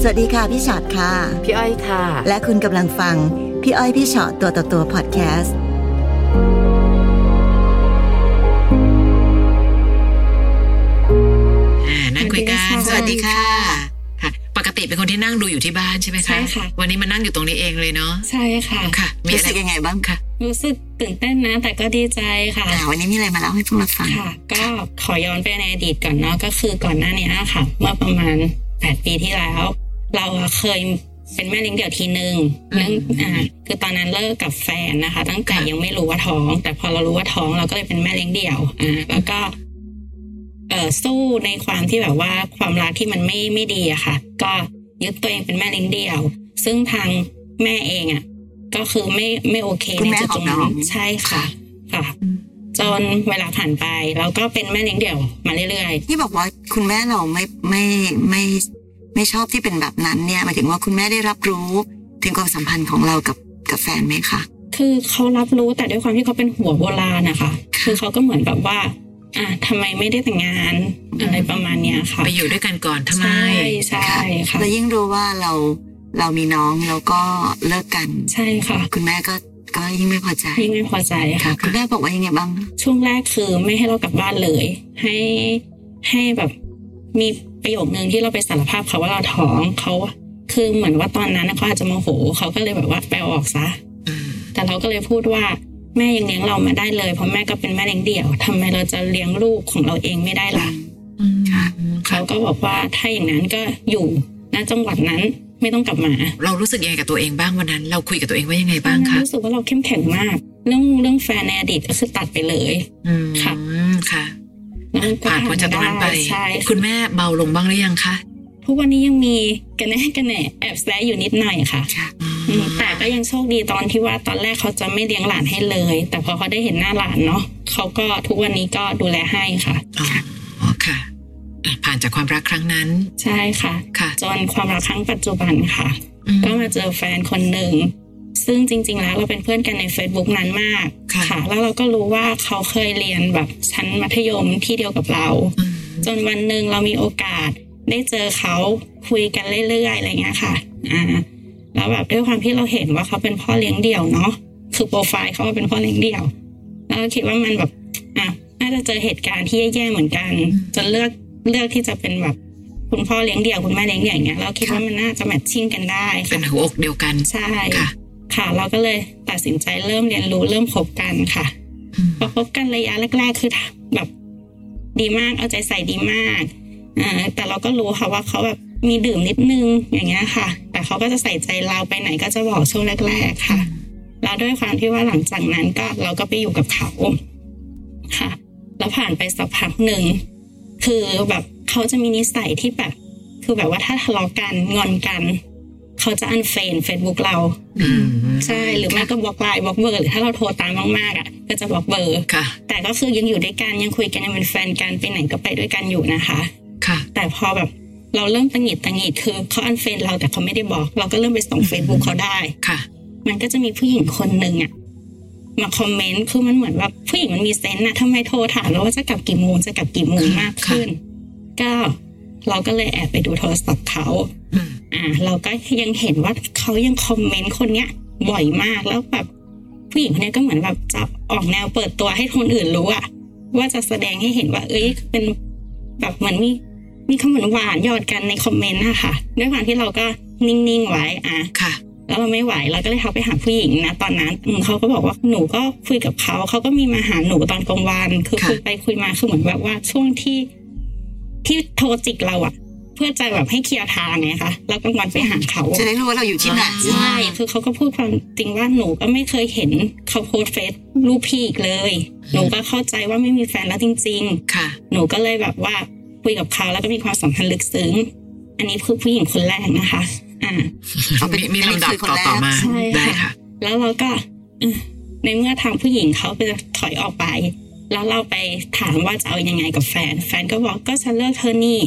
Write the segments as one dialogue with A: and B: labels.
A: สวัสดีค่ะพี่ชอตค่ะ
B: พี่อ้อยค่ะ
A: และคุณกำลังฟัง พี่อ้อยพี่ชอตตัวต่อตัวพอดแคสต์
C: อ่านั่งคุยกัน
D: ส
C: ส
D: วั
C: วั
D: ส
C: ส
D: ดี
C: ดี
D: ค่ะ
C: ค่ะค่ะ ปกติเป็นคนที่นั่งดูอยู่ที่บ้านใช่ไหมคะ
D: ใช่ค่ะ
C: วันนี้มานั่งอยู่ตรงนี้เองเลยเนาะ
D: ใช่ค่ะ
C: ค่ะ มี
A: รู้
C: อะไร
A: สึกยังไงบ้าง
C: ค่ะ
D: รู้สึกตื่นเต้นนะ แต่ก็ดีใจค่ะ
A: อ่าวันนี้มีอะไรมาเล่าให้พวกเราฟัง
D: ค่ะ ก็ขอย้อนไปในอดีตก่อนเนาะก็คือก่อนหน้านี้ค่ะ เมื่อประมาณ 8 ปีที่แล้ว เราอะเคยเป็นแม่เลี้ยงเดี่ยวทีหนึ่ง
C: อืม
D: เรื่องอ่าคือตอนนั้นเลิกกับแฟนนะคะ ตั้งแต่
C: ค่ะ
D: ยังไม่รู้ว่าท้อง แต่พอเรารู้ว่าท้องเราก็เลยเป็นแม่เลี้ยงเดี่ยวอ่าแล้วก็ เออสู้ในความที่แบบว่าความรักที่มันไม่ไม่ดีอะค่ะ ก็ยึดตัวเองเป็นแม่เลี้ยงเดี่ยว ซึ่งทางแม่เองอะก็คือไม่ไม่โอเค
A: คุณ
D: ใน
A: แม่
D: จุดตรงนั้
A: ของน้
D: น
A: อง
D: ใช่ค่ะค่ะ
C: อืม
D: จนเวลาผ่านไปเราก็เป็นแม่เลี้ยงเดี่ยวมาเรื่อย
A: ที่บอกว่าคุณแม่เราไม่ไม่ไม่ไม่ชอบที่เป็นแบบนั้นเนี่ยหมายถึงว่าคุณแม่ได้รับรู้ ถึงความสัมพันธ์ของเรากับกับแฟนไหมคะ
D: ๆ คือเขารับรู้แต่ด้วยความที่เขาเป็นหัวโบราณนะคะ คือเขาก็เหมือนแบบว่า อ่ะทำไมไม่ได้แต่งงานอะไรประมาณเนี้ยค่ะ
C: ไปอยู่ด้วยกันก่อนทำไม
D: ใช่ใช่ค่ะ
A: แล้วยิ่งรู้ว่าเราเรามีน้องแล้วก็เลิกกัน
D: ใช่ค่ะ
A: คุณแม่ก็ก็ยิ่งไม่พอใจ
D: ยิ่งไม่พอใจ
A: ค่ะ
D: ค่ะ
A: คุณแม่บอกว่ายังไงบ้าง
D: ช่วงแรกคือไม่ให้เรากลับบ้านเลย ให้ให้แบบมีประโยคนึงที่เราไปสารภาพเขาว่าเราท้องเขาคือเหมือนว่าตอนนั้นน่ะเขาอาจจะโมโหเขาก็เลยแบบว่าแปลออกซะ
C: อืม
D: แต่เราก็เลยพูดว่าแม่ยังเลี้ยงเรามาได้เลย เพราะแม่ก็เป็นแม่เลี้ยงเดี่ยวทำไมเราจะเลี้ยงลูกของเราเองไม่ได้ล่ะ
C: อืมค่ะ
D: เขาก็บอกว่าถ้าอย่างนั้นก็อยู่ณจังหวัดนั้นไม่ต้องกลับมา
C: เรารู้สึกยังไงกับตัวเองบ้างวันนั้น เราคุยกับตัวเองว่ายังไงบ้าง
D: เรา
C: คะ
D: รู้สึกว่าเราเข้มแข็งมาก เรื่องเรื่องแฟนในอดีตก็คือตัดไปเลย
C: อืมค่ะ
D: แล้วมัก็
C: ผ่านพ้นจากตรงนั้นไป
D: ด้ใช่
C: คุณแม่เบาลงบ้างหรือยังคะ
D: ทุกวันนี้ยังมีกันแน่กันแหน่แอบแซะอยู่นิดหน่อยค่ะ
A: ค่ะ
D: อืมแต่ก็ยังโชคดีตอนที่ว่าตอนแรกเขาจะไม่เลี้ยงหลานให้เลย แต่พอเขาได้เห็นหน้าหลานเนาะเขาก็ทุกวันนี้ก็ดูแลให้ค่ะ
C: อ๋ออ๋อค่ะอ่ะ ผ่านจากความรักครั้งนั้น
D: ใช่ค่ะ
C: ค่ะ
D: จนความรักครั้งปัจจุบันค่ะ
C: อืม
D: ก็มาเจอแฟนคนหนึ่ง ซึ่งจริง ๆ แล้วเราเป็นเพื่อนกันใน Facebook นานมาก
C: ค่ะ
D: แล้วเราก็รู้ว่าเขาเคยเรียนแบบชั้นมัธยมที่เดียวกับเรา
C: อืม
D: จนวันหนึ่งเรามีโอกาสได้เจอเขาคุยกันเรื่อยๆอะไรเงี้ยค่ะอ่าแล้วแบบด้วยความที่เราเห็นว่าเขาเป็นพ่อเลี้ยงเดี่ยวเนาะคือโปรไฟล์เขาว่าเป็นพ่อเลี้ยงเดี่ยว แล้วเราคิดว่ามันแบบอ่ะน่าจะเจอเหตุการณ์ที่แย่ๆเหมือนกัน จนเลือกเลือกที่จะเป็นแบบคุณพ่อเลี้ยงเดี่ยวคุณแม่เลี้ยงเดี่ยวอย่างเงี้ยเราคิดว่ามันน่าจะแมทชิ่งกันได้
C: เป็
D: ค่ะ
C: นหัวอกเดียวกัน
D: ใช่
C: ค่ะ
D: ค่ะ เราก็เลยตัดสินใจเริ่มเรียนรู้เริ่มคบกันค่ะ
C: อืม
D: พอคบกันระยะแรก ๆ คือแบบดีมากเอาใจใส่ดีมากอ่าแต่เราก็รู้ค่ะว่าเขาแบบมีดื่มนิดนึงอย่างเงี้ยค่ะ แต่เขาก็จะใส่ใจเราไปไหนก็จะบอกช่วงแรก ๆ ค่ะ แล้วด้วยความที่ว่าหลังจากนั้นก็เราก็ไปอยู่กับเขาค่ะ แล้วผ่านไปสักพักหนึ่งคือแบบเขาจะมีนิสัยที่แบบ คือแบบว่าถ้าทะเลาะกันงอนกัน เขาจะอันเฟนเฟซบุ๊กเรา
C: อืม
D: ใช่หรือไม่ก็บล็อกไลน์บล็อกเบอร์หรือถ้าเราโทรตามมากๆอ่ะ ก็จะบล็อกเบอร์
C: ค่ะ
D: แต่ก็คือยังอยู่ด้วยกันยังคุยกันยังเป็นแฟนกันไปไหนก็ไปด้วยกันอยู่นะคะ
C: ค่ะ
D: แต่พอแบบเราเริ่มตังหงิดตังหงิดคือเขาอันเฟนเราแต่เขาไม่ได้บอก เราก็เริ่มไปส่อง Facebook เขาได้
C: ค่ะ
D: มันก็จะมีผู้หญิงคนหนึ่งอ่ะมาคอมเมนต์คือมันเหมือนแบบผู้หญิงมันมีเซนต์นะทำไมโทรถามเราว่าจะกลับกี่โมงจะกลับกี่โมงมากขึ้นก็เราก็เลยแอบไปดูโทรศัพท์เขา
C: อืม
D: อ่าเราก็ยังเห็นว่าเขายังคอมเมนต์คนเนี้ยบ่อยมากแล้วแบบผู้หญิงคนเนี้ยก็เหมือนแบบจะออกแนวเปิดตัวให้คนอื่นรู้อะว่าจะแสดงให้เห็นว่า เอ้ยเป็นแบบเหมือนมีมีคำหวานๆหยอดกันในคอมเมนต์นะคะด้วยความที่เราก็นิ่งๆไว้อ่ะ
C: ค่ะ
D: แล้วเราไม่ไหวเราก็เลยทักไปหาผู้หญิงนะตอนนั้นอืมเขาก็บอกว่าหนูก็คุยกับเขาเขาก็มีมาหาหนูตอนกลางวันคือ
C: ค่ะ
D: คุยไปคุยมาคือเหมือนแบบว่าช่วงที่ที่โทรจิกเราอะเพื่อจะแบบให้เคลียร์ทางไงคะแล้วกลางวันไปหาเขา
A: จะได้รู้ว่าเราอยู่ที่ไหน
D: ใช่ คือเขาก็พูดความจริงว่าหนูก็ไม่เคยเห็นเขาโพสต์เฟซรูปพี่อีกเลย หนูก็เข้าใจว่าไม่มีแฟนแล้วจริง
C: ค่ะ
D: ๆ หนูก็เลยแบบว่าคุยกับเขาแล้วก็มีความสัมพันธ์ลึกซึ้ง อันนี้คือผู้หญิงคนแรกนะคะ อ่า
A: เอาเป็น
C: มีมีลำดับ
A: อันนี้คือคน
C: ต่อ
A: แรก
C: ต่อมา
D: ใช่ค่ะ
C: ได้ค่ะ
D: แล้วเราก็เอ่อในเมื่อทางผู้หญิงเขาไปถอยออกไป แล้วเราไปถามว่าจะเอายังไงกับแฟน แฟนก็บอกก็ฉันเลิกเธอนี่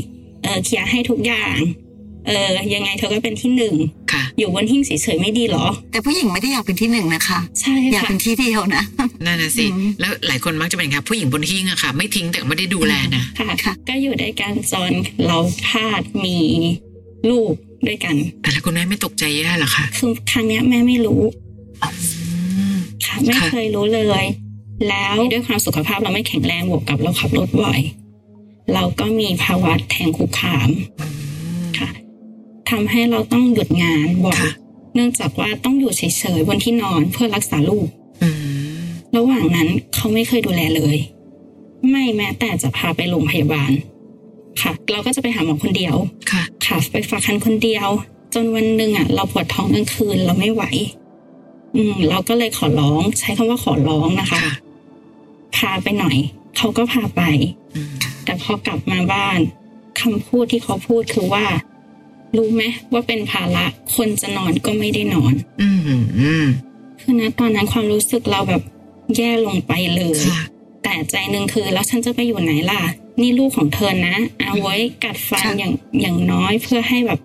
D: เออเคลียร์ให้ทุกอย่าง เออ ยังไงเธอก็เป็นที่หนึ่ง
C: ค่ะ
D: อยู่บนหิ้งเฉยๆไม่ดีเหรอ
A: แต่ผู้หญิงไม่ได้อยากเป็นที่หนึ่งนะคะ
D: ใช่
A: อยาก
D: ค่ะ
A: เป็นที่เดียวนะ
C: นั่นน่ะสิ
A: อืม
C: แล้วหลายคนมักจะเป็นค่ะผู้หญิงบนหิ้งอะค่ะ ไม่ทิ้งแต่ไม่ได้ดูแลนะ
D: ค่ะ
A: ค่ะ
D: ก็อยู่ด้วยกันจนเราพลาดมีลูก ด้วยกัน
C: แต่แล้วคุณแม่ไม่ตกใจแย่เหรอคะ
D: คือครั้งเนี้ยแม่ไม่รู้
C: อืม
D: ค่ะไม่
C: ค่ะ
D: เคยรู้เลย แล้วด้วยความสุขภาพเราไม่แข็งแรงบวกกับเราขับรถบ่อย เราก็มีภาวะแทงคุกขาม
C: อืม
D: ค่ะทำให้เราต้องหยุดงานบ่อย
C: ค่ะ
D: เนื่องจากว่าต้องอยู่เฉยๆบนที่นอนเพื่อรักษาลูก
C: อืม
D: ระหว่างนั้นเขาไม่เคยดูแลเลย ไม่แม้แต่จะพาไปโรงพยาบาล ค่ะ เราก็จะไปหาหมอคนเดียว
C: ค่ะ
D: ค่ะ ไปฝากคันคนเดียว จนวันหนึ่งอ่ะ เราปวดท้องกลางคืนเราไม่ไหว อืม เราก็เลยขอร้อง ใช้คำว่าขอร้องนะคะ
C: ค่ะ
D: พาไปหน่อย เขาก็พาไป
C: อืม
D: แต่พอกลับมาบ้านคำพูดที่เขาพูดคือว่า รู้ไหมว่าเป็นภาระคนจะนอนก็ไม่ได้นอน
C: อืมอืม
D: คือนะตอนนั้นความรู้สึกเราแบบแย่ลงไปเลย
C: ค่ะ
D: แต่ใจหนึ่งคือแล้วฉันจะไปอยู่ไหนล่ะ นี่ลูกของเธอนะเอาไว้กัดฟัน
A: ค่ะ
D: อย่างอย่างน้อยเพื่อให้แบบ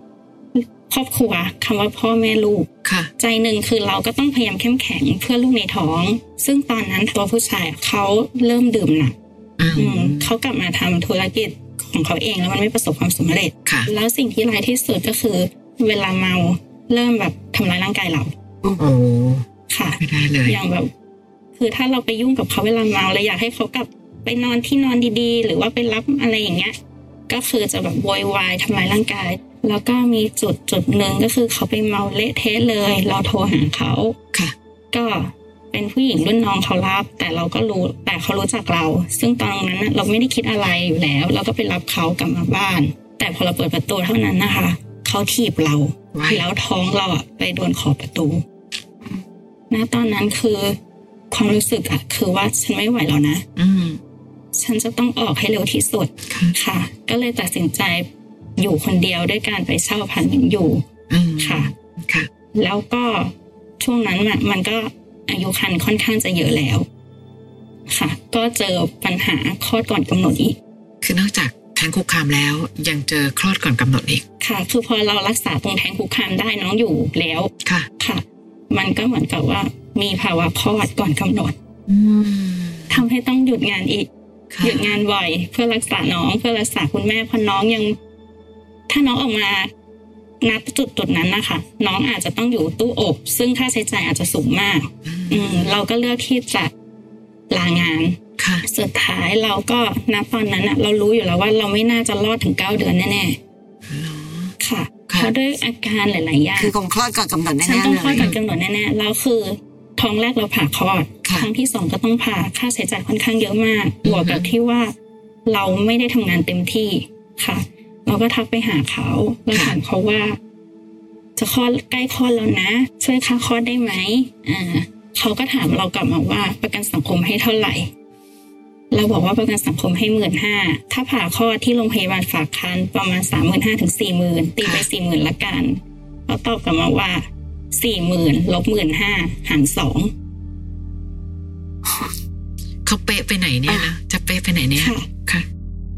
D: ครอบครัวคำว่าพ่อแม่ลูก
C: ค่ะ
D: ใจหนึ่งคือเราก็ต้องพยายามเข้มแข็งเพื่อลูกในท้อง ซึ่งตอนนั้นตัวผู้ชายเขาเริ่มดื่มหนัก
C: อืม
D: อืมเขากลับมาทำธุรกิจของเขาเองแล้วมันไม่ประสบความสำเร็จ
C: ค่ะ
D: แล้วสิ่งที่ร้ายที่สุดก็คือ เวลาเมาเริ่มแบบทำร้ายร่างกายเรา
C: โอ้
D: ค่ะ
C: ไม่ได้เลย
D: อย่างแบบคือถ้าเราไปยุ่งกับเขาเวลาเมาแล้วอยากให้เขากลับไปนอนที่นอนดีๆ หรือว่าไปรับอะไรอย่างเงี้ย ก็คือจะแบบโวยวายทำร้ายร่างกาย แล้วก็มีจุดจุดหนึ่งก็คือเขาไปเมาเละเทะเลย เราโทรหาเขา
C: ค่ะ
D: ก็เป็นผู้หญิงรุ่นน้องเขารับ แต่เราก็รู้แต่เขารู้จักเรา ซึ่งตอนนั้นน่ะเราไม่ได้คิดอะไรอยู่แล้ว เราก็ไปรับเขากลับมาบ้าน แต่พอเราเปิดประตูเท่านั้นนะคะเขาถีบเรา
C: ว้าย
D: แล้วท้องเราอะไปโดนขอบประตูนะตอนนั้นคือ ความรู้สึกอะคือว่าฉันไม่ไหวแล้วนะ
C: อืม
D: ฉันจะต้องออกให้เร็วที่สุด
C: ค่ะ
D: ค่ะ ก็เลยตัดสินใจอยู่คนเดียวด้วยการไปเช่าอพันธุ์อยู่
C: อืม
D: ค่ะ
C: ค่ะ
D: แล้วก็ช่วงนั้นมันมันก็อายุคันค่อนข้างจะเยอะแล้ว ค่ะ ก็เจอปัญหาคลอดก่อนกำหนดอีก
C: คือนอกจากแทงคุกคามแล้วยังเจอคลอดก่อนกำหนดอีก
D: ค่ะ คือพอเรารักษาตรงแท้งคุกคามได้น้องอยู่แล้ว
C: ค่ะ
D: ค่ะ มันก็เหมือนกับว่ามีภาวะคลอดก่อนกำหนด
C: อืม
D: ทำให้ต้องหยุดงานอีก
C: ค่ะ
D: หยุดงานบ่อยเพื่อรักษาน้องเพื่อรักษาคุณแม่เพราะน้องยัง ถ้าน้องออกมานับจุดจุดๆนั้นนะคะ น้องอาจจะต้องอยู่ตู้อบ ซึ่งค่าใช้จ่ายอาจจะสูงมาก
C: อื
D: อื
C: ม
D: มเราก็เลือกที่จะลางาน
C: ค่ะ
D: สุดท้ายเราก็ณตอนนั้นอะเรารู้อยู่แล้วว่าเราไม่น่าจะรอดถึงเก้าเดือนแน่ๆ ค่ะ
C: ค่ะ
D: เพราะด้วยอาการหลาย ๆ อย่าง
A: คือคงคลอดก่อนกำหนด
D: ฉัน
A: แน่
D: ต้อ
A: ๆ
D: ง
A: เล
D: คลอด
A: ย
D: ก่อนกำหนดแน่ๆแล้วคือท้องแรกเราผ่าคลอด
C: ค่ะ
D: ท้องที่สองก็ต้องผ่าค่าใช้จ่ายค่อนข้างเยอะมากบวกกับที่ว่าเราไม่ได้ทำงานเต็มที่ค่ะ เราก็ทักไปหาเขาเรา
C: ค่ะ
D: ถามเขาว่า จะคลอดใกล้คลอดแล้วนะ ช่วยค่าคลอดได้ไหมอ่าเขาก็ถามเรากลับมาว่าประกันสังคมให้เท่าไหร่ เราบอกว่าประกันสังคมให้หมื่นห้าถ้าผ่าคลอดที่โรงพยาบาลฝากคันประมาณสามหมื่นห้าถึงสี่หมื่นตีไป
C: ค่ะ
D: สี่หมื่นละกันเขาตอบกลับมาว่าสี่หมื่นลบหมื่นห้าหารสอง
C: เขาเป๊ะไปไหนเนี่ยนะจะเป๊ะไปไหนเนี่ย
D: ค่ะ
C: ค่ะ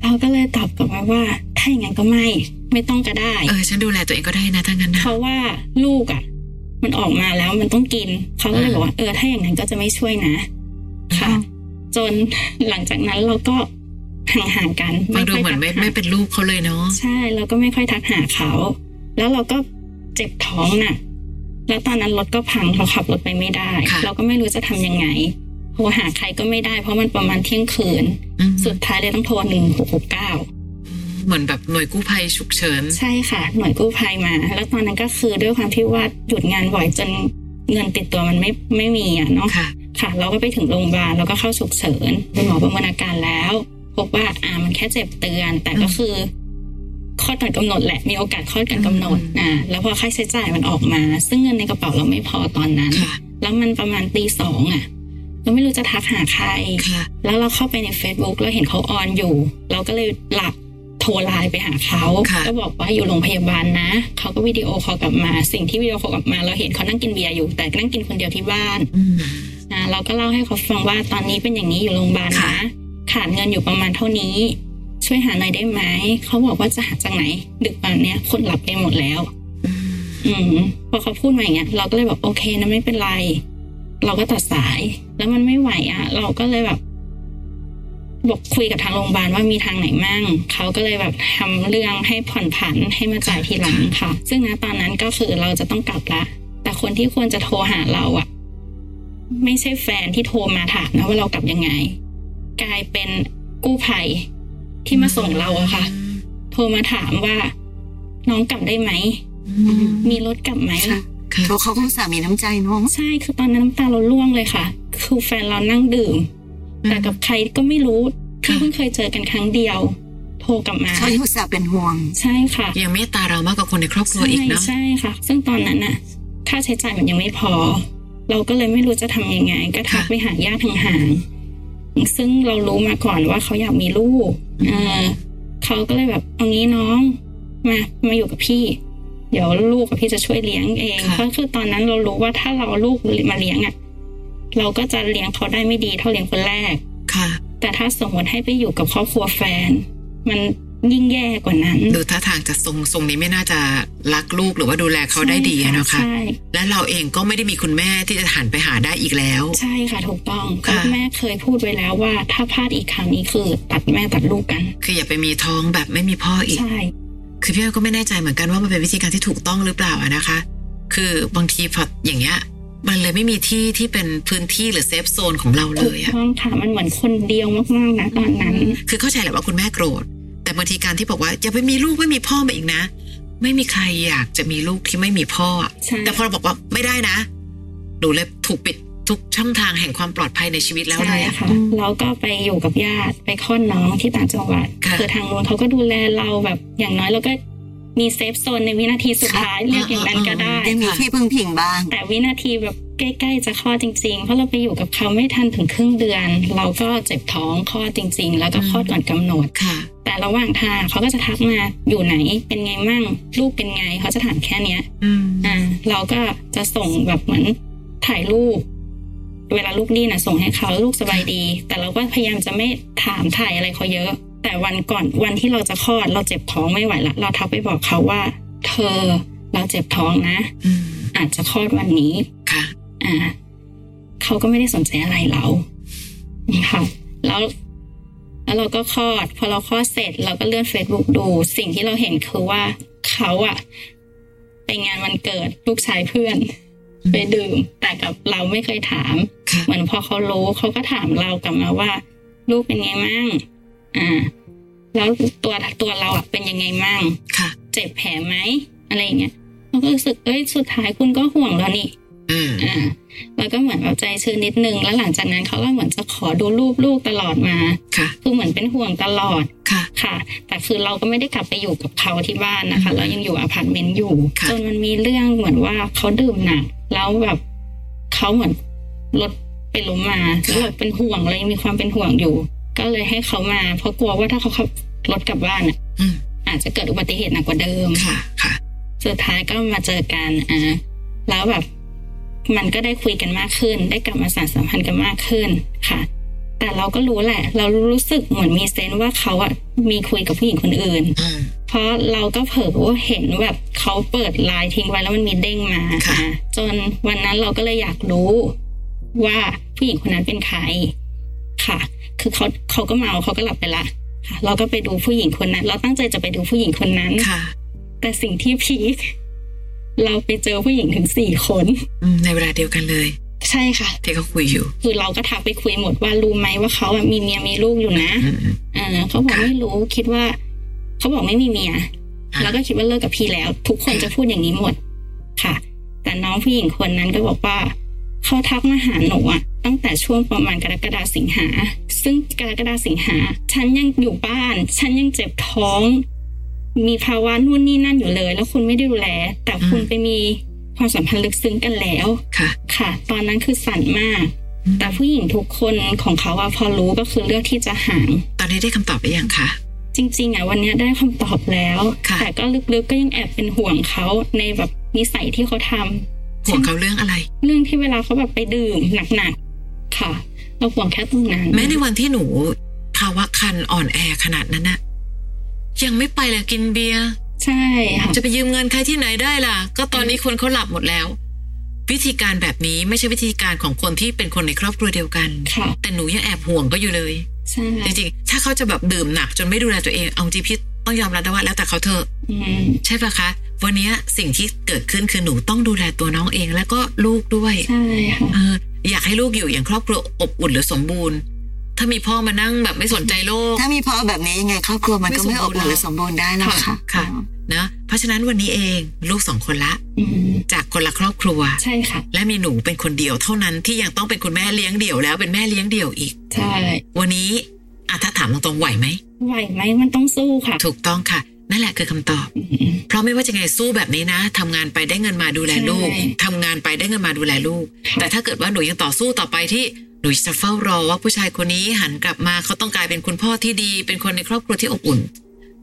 D: เราก็เลยตอบกลับมาว่า ถ้าอย่างนั้นก็ไม่ ไม่ต้องก็ได้
C: เออ ฉันดูแลตัวเองก็ได้นะถ้างั้นนะ
D: เพราะว่าลูกอ่ะ มันออกมาแล้วมันต้องกิน เขาก็เลย
C: อ่า
D: บอกว่าเออถ้าอย่างนั้นก็จะไม่ช่วยนะ ค่ะ จนหลังจากนั้นเราก็ห่างๆกัน
C: ฟังดู
D: ค่ย
C: เหมือนไม่
D: ทักหา
C: ไม่เป็นลูกเขาเลยเนาะ
D: ใช่เราก็ไม่ค่อยทักหาเขา แล้วเราก็เจ็บท้องหนักแล้วตอนนั้นรถก็พังเราขับรถไปไม่ได้ เราก็ไม่รู้จะทำยังไงโทรหาใครก็ไม่ได้ เพราะมันประมาณเที่ยงคืน
C: อืม
D: สุดท้ายเลยต้องโทรหนึ่งหกหกเก้า
C: เหมือนแบบหน่วยกู้ภัยฉุกเฉิน
D: ใช่ค่ะ หน่วยกู้ภัยมา แล้วตอนนั้นก็คือด้วยความที่ว่าหยุดงานบ่อยจนเงินติดตัวมันไม่ไม่มีอ่ะเนาะ
C: ค่ะ
D: ค่ะเราก็ไปถึงโรงพยาบาลแล้วก็เข้าฉุกเฉินคุณหมอประเมินอาการแล้ว พบว่าอ่ามันแค่เจ็บเตือน แต่ก็คือคลอดก่อนกำหนดแหละมีโอกาสคลอดก่อนกำหนด
C: อืม
D: อ่าแล้วพอค่าใช้จ่ายมันออกมา ซึ่งเงินในกระเป๋าเราไม่พอตอนนั้น
C: ค่ะ
D: แล้วมันประมาณตีสองอ่ะ เราไม่รู้จะทักหาใคร
C: ค่ะ
D: แล้วเราเข้าไปใน Facebook เราเห็นเขาออนอยู่ เราก็เลยหลับโทรไลน์ไปหาเขา
C: ค่ะ
D: ก็บอกว่าอยู่โรงพยาบาลนะเขาก็วิดีโอคอลกลับมา สิ่งที่วิดีโอคอลกลับมา เราเห็นเขานั่งกินเบียร์อยู่ แต่นั่งกินคนเดียวที่บ้าน
C: อืม
D: อ่าเราก็เล่าให้เขาฟังว่าตอนนี้เป็นอย่างนี้อยู่โรงพยาบาล
C: ค่ะ
D: นะขาดเงินอยู่ประมาณเท่านี้ ช่วยหาหน่อยได้ไหมเขาบอกว่าจะหาจากไหน ดึกป่านเนี้ยคนหลับไปหมดแล้ว
C: อืม
D: อืมพอเขาพูดมาอย่างเงี้ยเราก็เลยบอกโอเคนะไม่เป็นไร เราก็ตัดสาย แล้วมันไม่ไหวอ่ะ เราก็เลยแบบ บอกคุยกับทางโรงพยาบาลว่ามีทางไหนมั่งเขาก็เลยแบบทำเรื่องให้ผ่อนผันให้มาจ่ายทีหลังค่ะ ซึ่งนะตอนนั้นก็คือเราจะต้องกลับละ แต่คนที่ควรจะโทรหาเราอะไม่ใช่แฟนที่โทรมาถามนะว่าเรากลับยังไง กลายเป็นกู้ภัยที่มาส่งเราอะค่ะ โทรมาถามว่า น้องกลับได้ไหม
C: อืม
D: มีรถกลับไหม
A: ค่ะ
C: ค่ะ
A: เขาเขาก็สามีน้ำใจเน้อง
D: ใช่คือตอนนั้นน้ำตาเราร่วงเลยค่ะ คือแฟนเรานั่งดื่ม แต่กับใครก็ไม่รู้ที่เพิ่งเคยเจอกันครั้งเดียว โทรกลับมา
A: เขาอุตส่าห์เป็นห่วง
D: ใช่ค่ะ
C: ยังเมตตาเรามากกว่าคนในครอบครัว
D: ใช่
C: อีกเนาะ
D: ใช่ค่ะ ซึ่งตอนนั้นน่ะ ค่าใช้จ่ายมันยังไม่พอ เราก็เลยไม่รู้จะทำยังไง ก็ทักไปหาญาติห่างๆซึ่งเรารู้มาก่อนว่าเขาอยากมีลูกเออเขาก็เลยแบบเอางี้น้อง มามาอยู่กับพี่ เดี๋ยวลูกกับพี่จะช่วยเลี้ยงเองเพราะคือตอนนั้นเรารู้ว่าถ้าเราเอาลูกมาเลี้ยงอ่ะเราก็จะเลี้ยงเขาได้ไม่ดีเท่าเลี้ยงคนแรก
C: ค่ะ
D: แต่ถ้าสมมติให้ไปอยู่กับครอบครัวแฟน มันยิ่งแย่กว่านั้น
C: ดูท่าทางจะทรงทรงนี้ไม่น่าจะรักลูกหรือว่าดูแลเขาได้ดีอะเนาะค่ะ
D: ใช่
C: และเราเองก็ไม่ได้มีคุณแม่ที่จะหันไปหาได้อีกแล้ว
D: ใช่ค่ะถูกต้อง
C: ค่ะ
D: คุณแม่เคยพูดไว้แล้วว่า ถ้าพลาดอีกครั้งนี้คือตัดแม่ตัดลูกกัน
C: คืออย่าไปมีท้องแบบไม่มีพ่ออีก
D: ใช่
C: คือพี่อ้อยก็ไม่แน่ใจเหมือนกันว่ามันเป็นวิธีการที่ถูกต้องหรือเปล่าอะนะคะ คือบางทีพออย่างเงี้ย มันเลยไม่มีที่ที่เป็นพื้นที่หรือเซฟโซนของเราเล
D: ถูก
C: ยอะ
D: ต้องค่ะมันเหมือนคนเดียวมากๆนะตอนนั้น
C: คือเข้าใจแหละว่าคุณแม่โกรธ แต่บางทีการที่บอกว่าอย่าไปมีลูกไม่มีพ่อมาอีกนะ ไม่มีใครอยากจะมีลูกที่ไม่มีพ่ออะ
D: ใช่
C: แต่พอเราบอกว่าไม่ได้นะ หนูเลยถูกปิดทุกช่องทางแห่งความปลอดภัยในชีวิตแล้ว
D: ใช่
C: เลยอะ
D: ค่ะเราก็ไปอยู่กับญาติไปคลอดน้องที่ต่างจังหวัด
C: ค่ะ
D: คือทางโน้นเขาก็ดูแลเราแบบอย่างน้อยเราก็มีเซฟโซนในวินาทีสุดท้ายเรียกอย่างนั้นก็ได้
A: ได้มีที่พึ่งพิงบ้าง
D: แต่วินาทีแบบใกล้ๆจะคลอดจริงๆ เพราะเราไปอยู่กับเขาไม่ทันถึงครึ่งเดือน เราก็เจ็บท้องคลอดจริง ๆ แล้วก็คลอดก่อนกำหนด
C: ค่ะ
D: แต่ระหว่างทางเขาก็จะทักมาอยู่ไหนเป็นไงมั่งลูกเป็นไงเขาจะถามแค่เนี้ย
C: อืม
D: อ่าเราก็จะส่งแบบเหมือนถ่ายรูป เวลาลูกดีนะส่งให้เขาลูกสบายดี แต่เราก็พยายามจะไม่ถามถ่ายอะไรเขาเยอะ แต่วันก่อนวันที่เราจะคลอด เราเจ็บท้องไม่ไหวละเราทักไปบอกเขาว่า เธอเราเจ็บท้องนะ
C: อืม
D: อาจจะคลอดวันนี้
C: ค่ะ
D: อ่าเขาก็ไม่ได้สนใจอะไรเราค่ะแล้วแล้วเราก็คลอด พอเราคลอดเสร็จ เราก็เลื่อน Facebook ดู สิ่งที่เราเห็นคือว่าเขาอะไปงานวันเกิดลูกชายเพื่อน ไปดื่ม แต่กับเราไม่เคยถาม
C: ค่ะ
D: เหมือนพอเขารู้เขาก็ถามเรากลับมาว่า ลูกเป็นไงมั่งอ่า แล้วตัวตัวเราอะเป็นยังไงมั่ง
C: ค่ะ
D: เจ็บแผลไหมอะไรอย่างเงี้ยเราก็รู้สึกเอ้ยสุดท้ายคุณก็ห่วงเรานี่
C: อืม
D: อ่าแล้วก็เหมือนแบบใจชื้นนิดนึง แล้วหลังจากนั้นเขาก็เหมือนจะขอดูรูปลูกตลอดมา
C: ค่ะ
D: คือเหมือนเป็นห่วงตลอด
C: ค่ะ
D: ค่ะ แต่คือเราก็ไม่ได้กลับไปอยู่กับเขาที่บ้านนะคะ เรายังอยู่อพาร์ตเมนต์อยู่
C: ค่ะ
D: จนมันมีเรื่องเหมือนว่าเขาดื่มหนัก แล้วแบบเขาเหมือนรถไปล้มมาแล้วเราเป็นห่วงเรายังมีความเป็นห่วงอยู่ ก็เลยให้เขามา เพราะกลัวว่าถ้าเขาขับรถกลับบ้านอ่ะ
C: อืม
D: อาจจะเกิดอุบัติเหตุหนักกว่าเดิม
C: ค่ะ ค่ะ
D: สุดท้ายก็มาเจอกันอ่ะแล้วแบบมันก็ได้คุยกันมากขึ้น ได้กลับมาสานสัมพันธ์กันมากขึ้นค่ะ แต่เราก็รู้แหละ เรารู้สึกเหมือนมีเซนส์ว่าเขาอะมีคุยกับผู้หญิงคนอื่น
C: อืม
D: เพราะเราก็เผลอว่าเห็นแบบเขาเปิดไลน์ทิ้งไว้แล้วมันมีเด้งมา
C: ค่ะ
D: อ่ะจนวันนั้นเราก็เลยอยากรู้ว่าผู้หญิงคนนั้นเป็นใคร ค่ะ คือเขาเขาก็เมาเขาก็หลับไปละค่ะ เราก็ไปดูผู้หญิงคนนั้น เราตั้งใจจะไปดูผู้หญิงคนนั้น
C: ค่ะ
D: แต่สิ่งที่พีคเราไปเจอผู้หญิงถึงสี่คน
C: อืม ในเวลาเดียวกันเลย
D: ใช่ค่ะ
C: ที่เขาคุยอยู่
D: คือเราก็ทักไปคุยหมดว่ารู้ไหมว่าเขาอะมีเมียมีลูกอยู่นะ
C: อืม
D: เออเขาบอก
C: ค่ะ
D: ไม่รู้คิดว่า เขาบอกไม่มีเมีย แล้วก็คิดว่าเลิกกับพี่แล้ว ทุกคนจะพูดอย่างนี้หมด ค่ะ แต่น้องผู้หญิงคนนั้นก็บอกว่าเขาทักมาหาหนูอะตั้งแต่ช่วงประมาณกรกฎาสิงหา ซึ่งกรกฎาสิงหา ฉันยังอยู่บ้าน ฉันยังเจ็บท้อง มีภาวะนู่นนี่นั่นอยู่เลย แล้วคุณไม่ได้ดูแล แต่คุณไปมีความสัมพันธ์ลึกซึ้งกันแล้ว
C: ค่ะ
D: ค่ะ ตอนนั้นคือสั่นมาก
C: อืม
D: แต่ผู้หญิงทุกคนของเขาอะพอรู้ก็คือเลือกที่จะห่าง
C: ตอนนี้ได้คำตอบหรือยังคะ
D: จริงๆอ่ะวันเนี้ยได้คำตอบแล้ว
C: ค่ะ
D: แต่ก็ลึกๆก็ยังแอบเป็นห่วงเขาในแบบนิสัยที่เขาทำ
C: ห่วงเขาเรื่องอะไร
D: เรื่องที่เวลาเขาแบบไปดื่มหนักๆค่ะ เราห่วงแค่ตรงนั้น
C: แม้ในวันที่หนูภาวะคันอ่อนแอขนาดนั้นน่ะ ยังไม่ไปเลยกินเบียร์
D: ใช่ค่ะ
C: จะไปยืมเงินใครที่ไหนได้ล่ะ ก็ตอนนี้คนเขาหลับหมดแล้ว วิธีการแบบนี้ไม่ใช่วิธีการของคนที่เป็นคนในครอบครัวเดียวกัน
D: ค่ะ
C: แต่หนูยังแอบห่วงก็อยู่เลย
D: ใช่
C: จริงๆ ถ้าเขาจะแบบดื่มหนักจนไม่ดูแลตัวเอง เอาจริงพี่ต้องยอมรับนะว่าแล้วแต่เขาเถอะ
D: อืม
C: ใช่ปะคะ วันนี้สิ่งที่เกิดขึ้นคือหนูต้องดูแลตัวน้องเองแล้วก็ลูกด้วย
D: ใช่ค่ะ
C: เอออยากให้ลูกอยู่อย่างครอบครัวอบอุ่นหรือสมบูรณ์ ถ้ามีพ่อมานั่งแบบไม่สนใจโลก
A: ถ้ามีพ่อแบบนี้ยังไงครอบครัวมันก็ไม่อบอุ่นหรือสมบูรณ์ได้หรอกค่ะ
C: ค่ะ นะเพราะฉะนั้นวันนี้เองลูกสองคนละ
D: อืม
C: จากคนละครอบครัว
D: ใช่ค่ะ
C: และมีหนูเป็นคนเดียวเท่านั้นที่ยังต้องเป็นคุณแม่เลี้ยงเดี่ยวแล้วเป็นแม่เลี้ยงเดี่ยวอีก
D: ใช่
C: วันนี้อะถ้าถามตรงๆไหวไหม
D: ไหวไหมมันต้องสู้ค่ะ
C: ถูกต้องค่ะ นั่นแหละคือคำตอบ
D: อืม
C: เพราะไม่ว่าจะไงสู้แบบนี้นะทำงานไปได้เงินมาดูแลลูก
D: ใช่
C: ทำงานไปได้เงินมาดูแลลูก แต่ถ้าเกิดว่าหนูยังต่อสู้ต่อไปที่หนูจะเฝ้ารอว่าผู้ชายคนนี้หันกลับมาเขาต้องกลายเป็นคุณพ่อที่ดี เป็นคนในครอบครัวที่อบอุ่น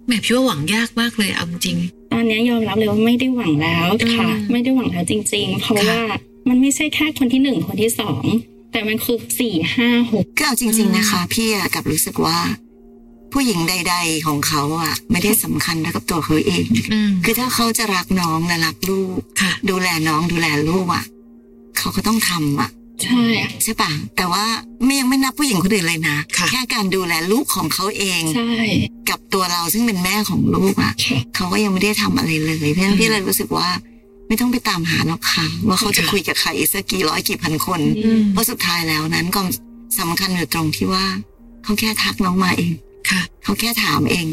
C: แหม่พี่ว่าหวังยากมากเลยเอาจริง
D: ตอนนี้ยอมรับเลยว่าไม่ได้หวังแล้วค่ะ
C: อืม
D: ไม่ได้หวังแล้วจริง ๆ เพราะ
C: ค่ะ
D: ว่ามันไม่ใช่แค่คนที่หนึ่งคนที่สองแต่มันคือสี่ห้าหก
A: ก็เอาจริง ๆนะคะ พี่อะกลับรู้สึกว่า ผู้หญิงใด ๆ ของเขาอะไม่ได้สำคัญเท่ากับตัวเขาเอง
C: อืม
A: คือถ้าเขาจะรักน้องและรักลูก
C: ค่ะ
A: ดูแลน้องดูแลลูกอะเขาก็ต้องทำอะ
D: ใช่
A: ใช่ปะแต่ว่าไม่ยังไม่นับผู้หญิงคนอื่นเลยนะ
C: ค่ะ
A: แค่การดูแลลูกของเขาเอง
D: ใช่
A: กับตัวเราซึ่งเป็นแม่ของลูกอะ
D: ค่ะ
A: เขาก็ยังไม่ได้ทำอะไรเลยเพราะฉะนั้
C: อื
A: น
C: ม
A: พี่เลยรู้สึกว่า ไม่ต้องไปตามหาหรอกค่ะว่าเขาจะ
C: ค่ะ
A: คุยกับใครสักกี่ร้อยกี่พันคน
D: อื
C: อืม
A: เพราะสุดท้ายแล้วนั้นความสำคัญอยู่ตรงที่ว่า เขาแค่ทักน้องมาเอง
C: ค่ะ
A: เขาแค่ถามเอง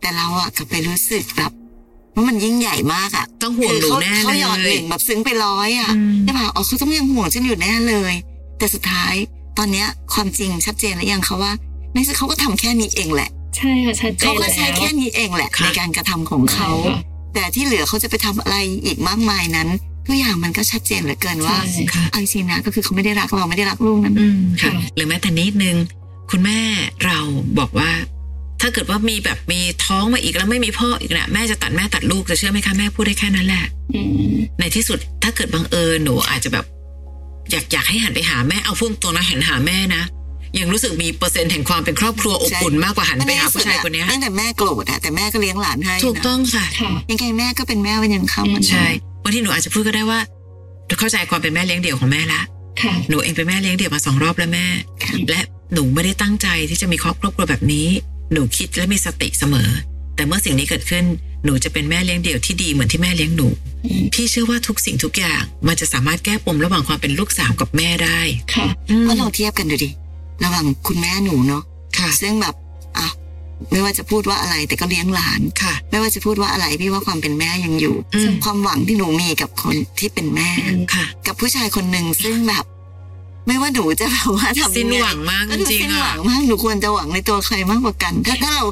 A: แต่เราอะกลับไปรู้สึกแบบว่ามันยิ่งใหญ่มากอะ
C: ต้องห่วงหนู
A: เขา
C: แน่
A: เขาหยอด
C: เล
A: ห
C: ย
A: นึ่งแบบซึ้งไปร้อยอะ
C: อืม
A: ใช่ป่ะอ๋อเขาต้องยังห่วงฉันอยู่แน่เลย แต่สุดท้ายตอนเนี้ยความจริงชัดเจนหรือยังคะว่าในที่สุดเขาก็ทำแค่นี้เองแหละ
D: ใช่ค่ะชัดเจ
A: เขา
D: น
A: ก็
D: แล้ว
A: ใช้แค่นี้เองแหละในการกระทำของเขา แต่ที่เหลือเขาจะไปทำอะไรอีกมากมายนั้นทุกอย่างมันก็ชัดเจนเหลือเกินว่า
D: ใช่
C: ค่ะ
A: เอาจริงๆนะก็คือเขาไม่ได้รักเราไม่ได้รักลูกนั้น
C: อืมค่ะ หรือแม้แต่นิดนึง คุณแม่เราบอกว่า ถ้าเกิดว่ามีแบบมีท้องมาอีกแล้วไม่มีพ่ออีกนะแม่จะตัดแม่ตัดลูกจะเชื่อไหมคะแม่พูดได้แค่นั้นแหละ
D: อืม
C: ในที่สุดถ้าเกิดบังเอิญหนูอาจจะแบบ อยากอยากให้หันไปหาแม่เอาพุ่งตรงนะหันหาแม่นะยังรู้สึกมีเปอร์เซ็นต์แห่งความเป็นครอบครัวอบอุ่นมากกว่าหันไปหาผู้ชายคนเนี้ย
A: ตั้งแต่แม่โกรธอะแต่แม่ก็เลี้ยงหลานให้นะ
C: ถูกต้องค่ะ
D: ค่ะ
A: ยังไงแม่ก็เป็นแม่วันยังค่ำอะนะ
C: ใช่บางทีหนูอาจจะพูดก็ได้ว่าเข้าใจความเป็นแม่เลี้ยงเดี่ยวของแม่ละ
D: ค่ะ
C: หนูเองเป็นแม่เลี้ยงเดี่ยวมาสองรอบแล้วแม่
D: ค่ะ
C: และหนูไม่ได้ตั้งใจที่จะมีครอบครัวแบบนี้ หนูคิดและมีสติเสมอ แต่เมื่อสิ่งนี้เกิดขึ้น หนูจะเป็นแม่เลี้ยงเดี่ยวที่ดีเหมือนที่แม่เลี้ยงหนู
D: อืม
C: พี่เชื่อว่าทุกสิ่งทุกอย่างมันจะสามารถแก้ปมระหว่างความเป็นลูกสาวกับแม่ได้
D: ค่ะ
A: เพราะเราเทียบกันดูดิระหว่างคุณแม่หนูเนาะ
C: ค่ะ
A: ซึ่งแบบอ่ะไม่ว่าจะพูดว่าอะไรแต่ก็เลี้ยงหลาน
C: ค่ะ
A: ไม่ว่าจะพูดว่าอะไรพี่ว่าความเป็นแม่ยังอยู่
C: อืม
A: ความหวังที่หนูมีกับคนที่เป็นแม่
D: อืม
C: ค่ะ
A: กับผู้ชายคนหนึ่งซึ่งแบบ ไม่ว่าหนูจะแบบว่าทำยัไ
C: สิ้นหวังมาก
A: ก็
C: จ
A: ดู
C: ริง
A: สิ้น
C: ๆ
A: ห
C: อ่ะ
A: วังมากหนูควรจะหวังในตัวใครมากกว่ากัน ถ้าถ้าเรา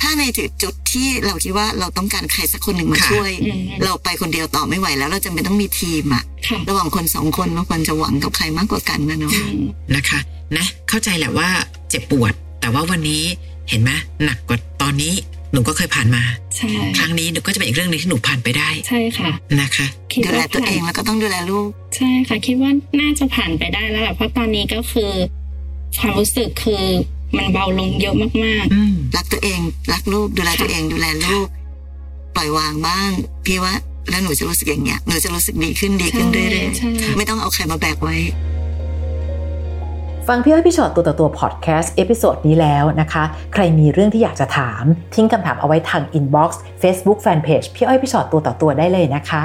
A: ถ้าในจุดที่เราคิดว่าเราต้องการใครสักคนหนึ่งมา
C: ค่ะ
A: ช่วย
D: อืม
A: เราไปคนเดียวต่อไม่ไหวแล้ว เราจำเป็นต้องมีทีมอะ
D: ค่ะ
A: ระหว่างคนสองคนเราควรจะหวังกับใครมากกว่ากันนะเนาะ
D: อืม
C: นะคะ นะ เข้าใจแหละว่าเจ็บปวด แต่ว่าวันนี้เห็นไหมหนักกว่าตอนนี้หนูก็เคยผ่านมา
D: ใช่
C: ครั้งนี้หนูก็จะเป็นอีกเรื่องหนึงที่หนูผ่านไปได้
D: ใช่ค่ะ
C: นะคะ
D: คิด
A: ดูแล
D: ว่า
A: ตัว
D: ผ่า
A: เอน งแล้วก็ต้องดูแลลูก
D: ใช่ค่ะ คิดว่าน่าจะผ่านไปได้แล้วแหละเพราะตอนนี้ก็คือ ความรู้สึกคือมันเบาลงเยอะมาก
C: อืม
A: รักตัวเองรักลูกดูแลตัวเองดูแลลูกปล่อยวางบ้าง พี่ว่าแล้วหนูจะรู้สึกอย่างเงี้ยหนูจะรู้สึกดีขึ้นดีขึ้นเรื่อย
D: ใช่ใช่
A: ๆไม่ต้องเอาใครมาแบกไว้
B: ฟังพี่อ้อยพี่ชอตตัวต่อตัวพอดแคสต์เอพิโซดนี้แล้วนะคะ ใครมีเรื่องที่อยากจะถาม ทิ้งคำถามเอาไว้ทางอินบ็อกซ์เฟซบุ๊กแฟนเพจพี่อ้อยพี่ชอตตัวต่อตัวได้เลยนะคะ